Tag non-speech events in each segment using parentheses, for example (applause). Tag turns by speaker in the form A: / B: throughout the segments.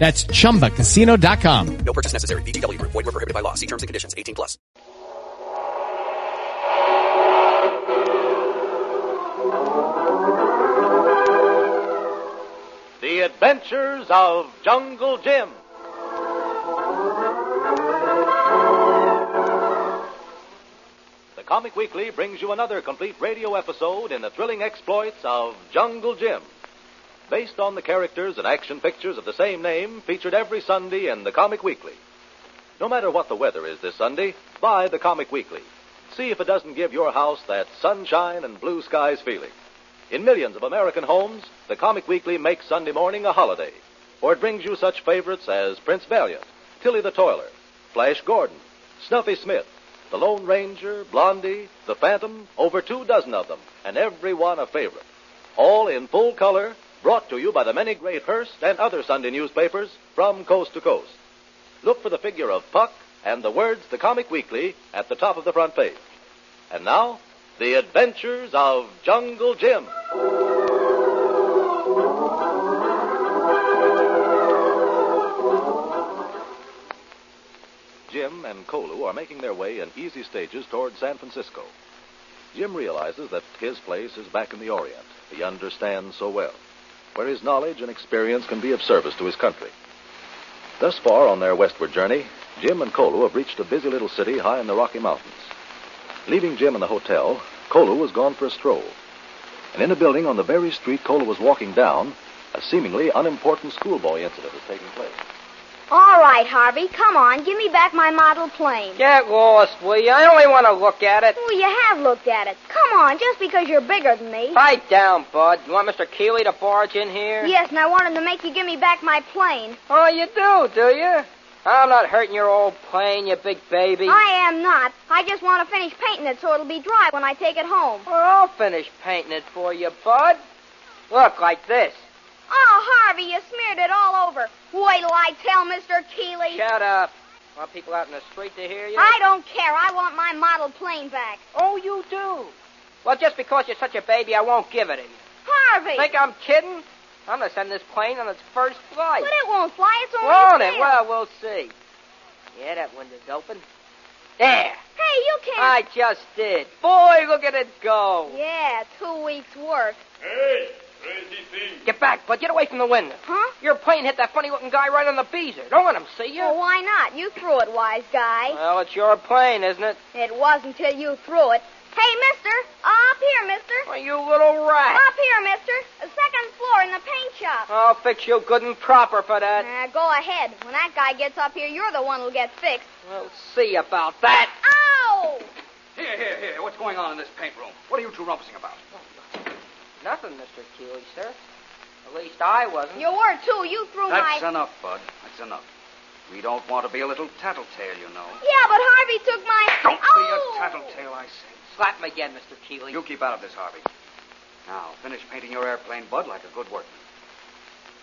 A: That's chumbacasino.com.
B: No purchase necessary. VGW Group. Void were prohibited by law. See terms and conditions. 18 plus.
C: The Adventures of Jungle Jim. The Comic Weekly brings you another complete radio episode in the thrilling exploits of Jungle Jim. Based on the characters and action pictures of the same name featured every Sunday in the Comic Weekly. No matter what the weather is this Sunday, buy the Comic Weekly. See if it doesn't give your house that sunshine and blue skies feeling. In millions of American homes, the Comic Weekly makes Sunday morning a holiday, for it brings you such favorites as Prince Valiant, Tilly the Toiler, Flash Gordon, Snuffy Smith, The Lone Ranger, Blondie, The Phantom, over two dozen of them, and every one a favorite. All in full color, brought to you by the many great Hearst and other Sunday newspapers from coast to coast. Look for the figure of Puck and the words The Comic Weekly at the top of the front page. And now, The Adventures of Jungle Jim. Jim and Kolu are making their way in easy stages toward San Francisco. Jim realizes that his place is back in the Orient, he understands so well, where his knowledge and experience can be of service to his country. Thus far on their westward journey, Jim and Kolu have reached a busy little city high in the Rocky Mountains. Leaving Jim in the hotel, Kolu was gone for a stroll. And in a building on the very street Kolu was walking down, a seemingly unimportant schoolboy incident is taking place.
D: All right, Harvey, come on. Give me back my model plane.
E: Get lost, will you? I only want to look at it.
D: Oh, you have looked at it. Come on, just because you're bigger than me.
E: Pipe down, bud. You want Mr. Keeley to barge in here?
D: Yes, and I wanted to make you give me back my plane.
E: Oh, you do, do you? I'm not hurting your old plane, you big baby.
D: I am not. I just want to finish painting it so it'll be dry when I take it home.
E: Well, I'll finish painting it for you, bud. Look, like this.
D: Oh, Harvey, you smeared it all over. Wait till I tell Mr. Keeley.
E: Shut up. Want people out in the street to hear you?
D: I don't care. I want my model plane back.
E: Oh, you do? Well, just because you're such a baby, I won't give it to you.
D: Harvey!
E: Think I'm kidding? I'm going to send this plane on its first flight.
D: But it won't fly. It's only
E: Won't
D: a
E: it?
D: tail.
E: Well, we'll see. Yeah, that window's open. There.
D: Hey, you can't.
E: (laughs) I just did. Boy, look at it go.
D: Yeah, two weeks' work.
F: Hey, crazy thing.
E: Get back, but get away from the window.
D: Huh?
E: Your plane hit that funny looking guy right on the beezer. Don't let him see you.
D: Well, why not? You threw it, wise guy.
E: Well, it's your plane, isn't it?
D: It wasn't till you threw it. Hey, mister! Up here, mister!
E: Well, you little rat.
D: Up here, mister! The second floor in the paint shop.
E: I'll fix you good and proper for that.
D: Now, go ahead. When that guy gets up here, you're the one who'll get fixed.
E: We'll see about that.
D: Ow!
F: Here, here, here. What's going on in this paint room? What are you two rumpusing about?
E: Nothing, Mr. Keeley, sir. At least I wasn't.
D: You were, too. You threw
F: That's
D: my...
F: enough, Bud. That's enough. We don't want to be a little tattletale, you know.
D: Yeah, but Harvey took my...
F: Don't
D: oh!
F: be a tattletale, I say.
E: Slap him again, Mr. Keeley.
F: You keep out of this, Harvey. Now, finish painting your airplane, Bud, like a good workman.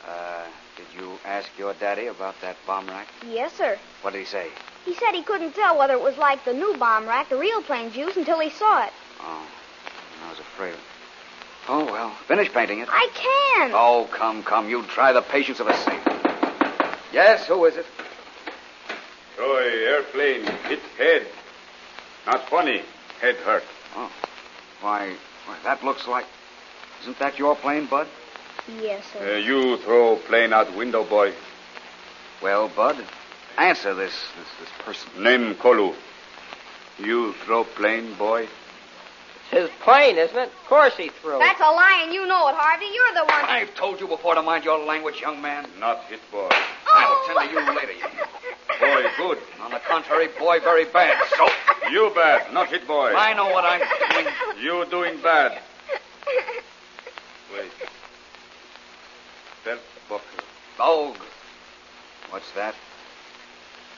F: Uh, did you ask your daddy about that bomb rack?
D: Yes, sir.
F: What did he say?
D: He said he couldn't tell whether it was like the new bomb rack, the real plane's use, until he saw it.
F: Oh, I was afraid. Oh, well, finish painting it.
D: I can.
F: Oh, come, come. You try the patience of a saint. Yes, who is it?
G: Toy airplane hit head. Not funny. Head hurt.
F: Oh. Why, why, that looks like. Isn't that your plane, Bud?
D: Yes,
G: Uh,
D: sir.
G: you throw plane out window, boy.
F: Well, Bud, answer this this, this person.
G: Name Kolu. You throw plane, boy?
E: It's his plane, isn't it? Of course he threw it.
D: That's a lie, and you know it, Harvey. You're the one.
F: I've told you before to mind your language, young man.
G: Not hit, boy. Oh.
F: I'll tell you later.
G: Boy, good.
F: On the contrary, boy, very bad. So
G: You bad, not hit, boy.
F: I know what I'm doing.
G: You doing bad. Wait. Belt buckle.
F: Vogue. What's that?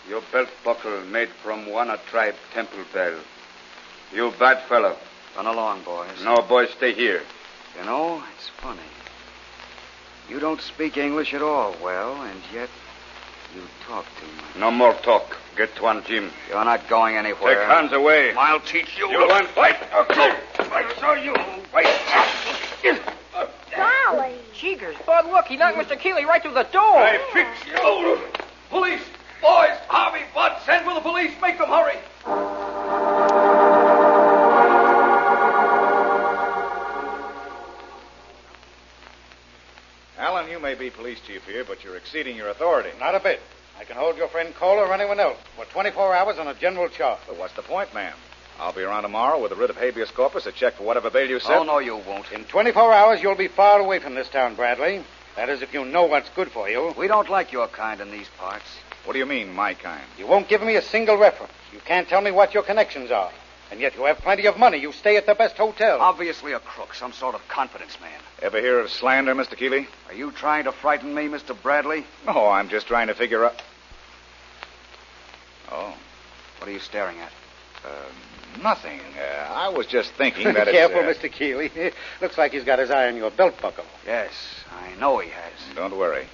G: Your belt buckle made from one a tribe temple bell. You bad fellow.
F: Run along, boys.
G: No, boy, stay here.
F: You know, it's funny. You don't speak English at all well, and yet you talk too much.
G: No more talk. Get to one, Jim.
F: You're not going anywhere.
G: Take hands away.
F: I'll teach you.
G: You want fight? Okay.
F: I saw you. Wait.
D: Golly.
E: Jeegers, Bud, look, he knocked Mr. Keeley right through the door.
F: I fix you. Police. Boys. Harvey. Bud. Send for the police. Make them hurry.
H: Alan, you may be police chief here, but you're exceeding your authority. Not a bit. I can hold your friend Cole or anyone else for 24 hours on a general charge. But what's the point, ma'am? I'll be around tomorrow with a writ of habeas corpus, a check for whatever bail you set.
F: Oh, no, you won't.
H: In 24 hours, you'll be far away from this town, Bradley. That is, if you know what's good for you.
F: We don't like your kind in these parts.
H: What do you mean, my kind? You won't give me a single reference. You can't tell me what your connections are. And yet you have plenty of money. You stay at the best hotel.
F: Obviously a crook, some sort of confidence man.
H: Ever hear of slander, Mr. Keeley?
F: Are you trying to frighten me, Mr. Bradley?
H: No, I'm just trying to figure out. Oh,
F: What are you staring at?
H: nothing. Uh, I was just
F: (laughs)
H: thinking
G: Be
H: that it's.
G: careful,
H: uh,
G: Mr. Keeley. Looks like he's got his eye on your belt buckle.
F: Yes, I know he has.
H: Don't worry.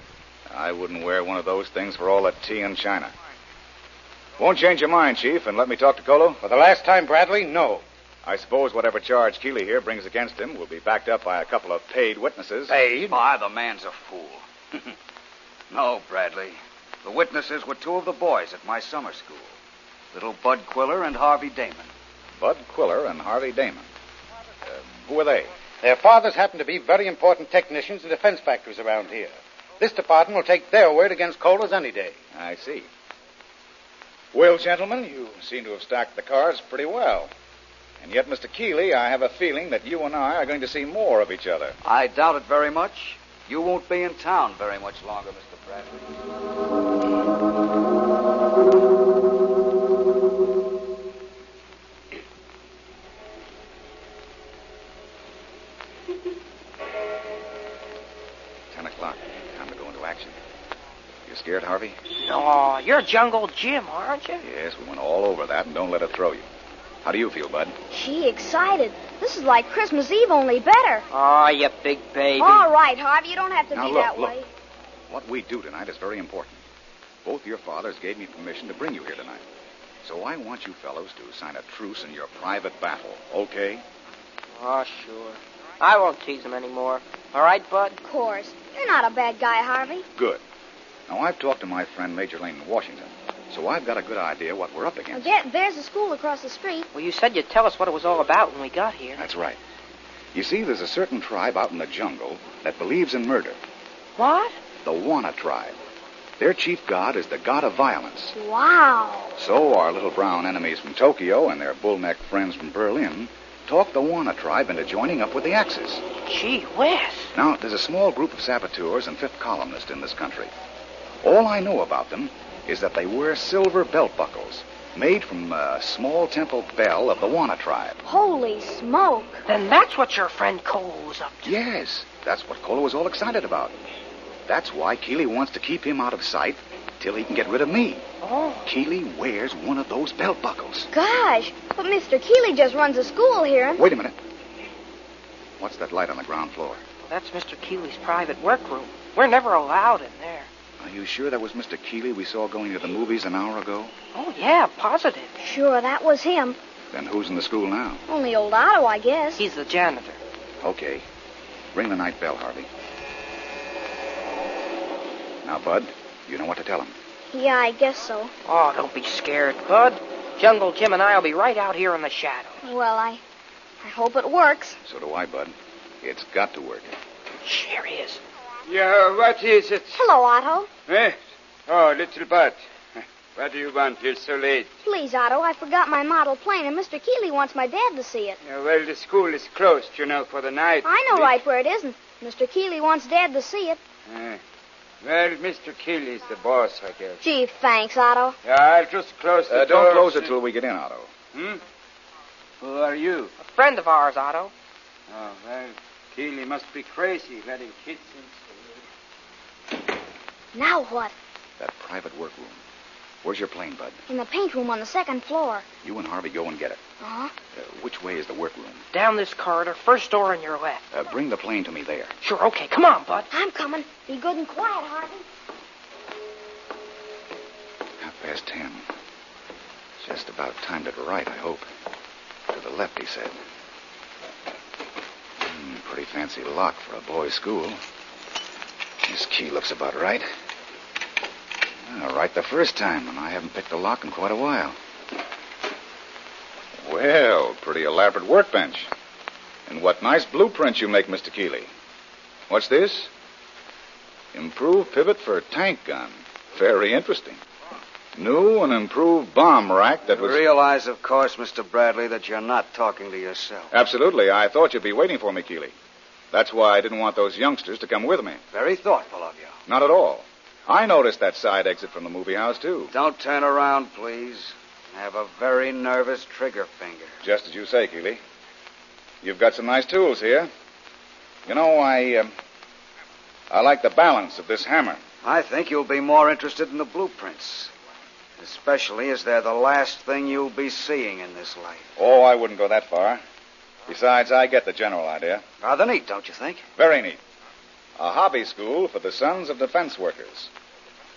H: I wouldn't wear one of those things for all that tea in China. Won't change your mind, Chief, and let me talk to Colo? For the last time, Bradley, no. I suppose whatever charge Keeley here brings against him will be backed up by a couple of paid witnesses.
F: Paid? Why, the man's a
H: (laughs)
F: fool. no, Bradley. The witnesses were two of the boys at my summer school little Bud Quiller and Harvey Damon.
H: Bud Quiller and Harvey Damon. Uh, who are they?
G: Their fathers happen to be very important technicians in defense factories around here. This department will take their word against Kohler's any day.
H: I see. Well, gentlemen, you seem to have stocked the cars pretty well. And yet, Mr. Keeley, I have a feeling that you and I are going to see more of each other.
F: I doubt it very much. You won't be in town very much longer, Mr. Bradley.
H: (laughs) Ten o'clock. Time to go into action. You scared, Harvey?
E: Oh, you're Jungle Jim, aren't you?
H: Yes, we went all over that, and don't let it throw you. How do you feel, Bud?
D: She excited. This is like Christmas Eve, only better.
E: Oh, you big baby.
D: All right, Harvey, you don't have to
H: Now,
D: be
H: look,
D: that
H: look.
D: way.
H: What we do tonight is very important. Both your fathers gave me permission to bring you here tonight. So I want you fellows to sign a truce in your private battle, okay?
E: Oh, sure. I won't tease him anymore. All right, Bud?
D: Of course. You're not a bad guy, Harvey.
H: Good. Now, I've talked to my friend Major Lane in Washington, so I've got a good idea what we're up
D: Now,
H: against.
D: there, there's a school across the street.
E: Well, you said you'd tell us what it was all about when we got here.
H: That's right. You see, there's a certain tribe out in the jungle that believes in murder
E: What?
H: the Wana tribe. Their chief god is the god of violence.
D: Wow.
H: So our little brown enemies from Tokyo and their bullneck friends from Berlin talked the Wana tribe into joining up with the Axis.
E: Gee whiz.
H: Now, there's a small group of saboteurs and fifth columnists in this country. All I know about them is that they wear silver belt buckles made from a small temple bell of the Wana tribe.
D: Holy smoke.
E: Then that's what your friend Cole was up to.
H: Yes, that's what Kola was all excited about. That's why Keeley wants to keep him out of sight till he can get rid of me.
E: Oh.
H: Keeley wears one of those belt buckles.
D: Gosh. But Mr. Keeley just runs a school here. and-
H: Wait a minute. What's that light on the ground floor?
E: That's Mr. Keeley's private workroom. We're never allowed in there.
H: Are you sure that was Mr. Keeley we saw going to the movies an hour ago?
E: Oh, yeah, positive.
D: Sure, that was him.
H: Then who's in the school now?
D: Only old Otto, I guess.
E: He's the janitor.
H: Okay. Ring the night bell, Harvey. Now, Bud, you know what to tell him.
D: Yeah, I guess so.
E: Oh, don't be scared, Bud. Jungle Jim and I will be right out here in the shadow.
D: Well, I, I hope it works.
H: So do I, Bud. It's got to work.
E: Sure he is.
G: Yeah, what is it?
D: Hello, Otto.
G: Eh? Oh, little bud.
I: What do you want here so late?
D: Please, Otto, I forgot my model plane, and Mr. Keeley wants my dad to see it.
I: Uh, well, the school is closed, you know, for the night.
D: I know right where it isn't. Mr. Keeley wants dad to see it.
I: Uh, well, Mr. Keeley's the boss, I guess.
D: Gee, thanks, Otto.
I: Yeah, I'll just close the
H: Uh,
I: door.
H: don't close it till we get in, Otto.
I: Hmm? Who are you?
J: A friend of ours, Otto.
I: Oh, well, Keeley must be crazy letting kids in.
D: Now what?
H: That private workroom. Where's your plane, Bud?
D: In the paint room on the second floor.
H: You and Harvey go and get it.
D: Uh-huh.
H: Uh, which way is the workroom?
J: Down this corridor, first door on your left.
H: Uh, bring the plane to me there.
J: Sure, okay, come on, bud.
D: I'm coming. Be good and quiet, Harvey.
H: Half past ten. Just about timed it right, I hope. To the left, he said. Hmm, pretty fancy lock for a boys' school. This key looks about right. Ah, right the first time, and I haven't picked a lock in quite a while. Well, pretty elaborate workbench. And what nice blueprints you make, Mr. Keeley. What's this? Improved pivot for tank gun. Very interesting. New and improved bomb rack that was.
F: Realize, of course, Mr. Bradley, that you're not talking to yourself.
H: Absolutely. I thought you'd be waiting for me, Keeley. That's why I didn't want those youngsters to come with me.
F: Very thoughtful of you.
H: Not at all. I noticed that side exit from the movie house, too.
F: Don't turn around, please. I have a very nervous trigger finger.
H: Just as you say, Keeley. You've got some nice tools here. You know, I. Um, I like the balance of this hammer.
F: I think you'll be more interested in the blueprints. Especially as they're the last thing you'll be seeing in this life.
H: Oh, I wouldn't go that far. Besides, I get the general idea.
F: Rather neat, don't you think?
H: Very neat. A hobby school for the sons of defense workers.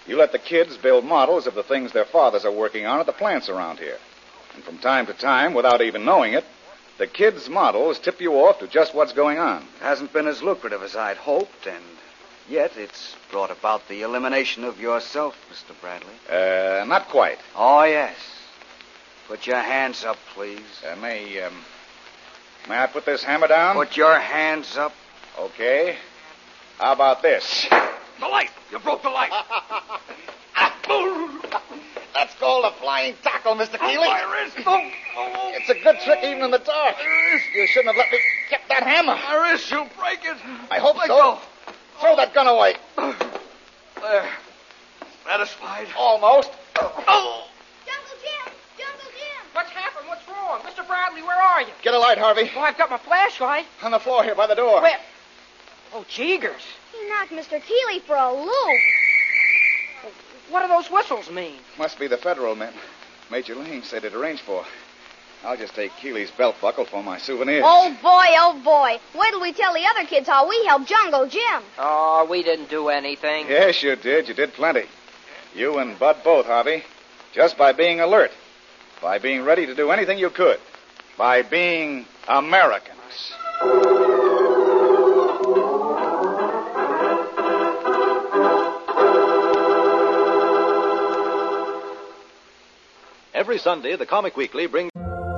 H: You let the kids build models of the things their fathers are working on at the plants around here. And from time to time, without even knowing it, the kids' models tip you off to just what's going on.
F: Hasn't been as lucrative as I'd hoped, and yet it's brought about the elimination of yourself, Mr. Bradley.
H: Uh, not quite.
F: Oh, yes. Put your hands up, please.
H: Uh, may, um, may I put this hammer down?
F: Put your hands up.
H: Okay. How about this?
G: The light! You broke the light! (laughs) That's called a flying tackle, Mr. Keeley. my wrist! It's a good trick even in the dark. You shouldn't have let me get that hammer. My wrist, you'll break it. I hope so. Throw that gun away. There. Satisfied? Almost. Oh.
D: Jungle Jim! Jungle Jim!
J: What's happened? What's wrong? Mr. Bradley, where are you?
G: Get a light, Harvey.
J: Oh, I've got my flashlight.
G: On the floor here by the door.
J: Where? Oh, jeegers.
D: He knocked Mr. Keeley for a loop.
J: What do those whistles mean?
H: Must be the federal men. Major Lane said it arranged for. I'll just take Keeley's belt buckle for my souvenir.
D: Oh boy, oh boy. Wait till we tell the other kids how we helped Jungle Jim.
J: Oh, we didn't do anything.
H: Yes, you did. You did plenty. You and Bud both, Harvey. Just by being alert, by being ready to do anything you could, by being Americans.
C: Every Sunday, the Comic Weekly brings.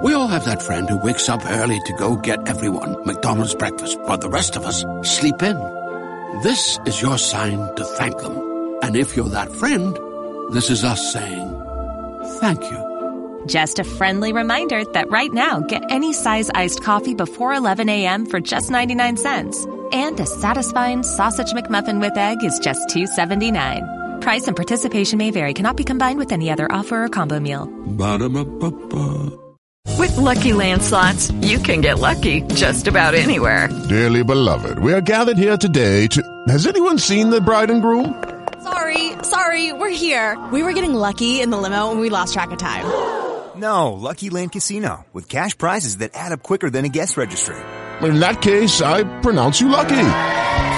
K: We all have that friend who wakes up early to go get everyone McDonald's breakfast, but the rest of us sleep in. This is your sign to thank them. And if you're that friend, this is us saying thank you.
L: Just a friendly reminder that right now, get any size iced coffee before 11 a.m. for just 99 cents. And a satisfying sausage McMuffin with egg is just $2.79. Price and participation may vary, cannot be combined with any other offer or combo meal.
M: Ba-da-ba-ba-ba.
N: With Lucky Land slots, you can get lucky just about anywhere.
O: Dearly beloved, we are gathered here today to. Has anyone seen the bride and groom?
P: Sorry, sorry, we're here. We were getting lucky in the limo and we lost track of time.
Q: No, Lucky Land Casino, with cash prizes that add up quicker than a guest registry.
O: In that case, I pronounce you lucky.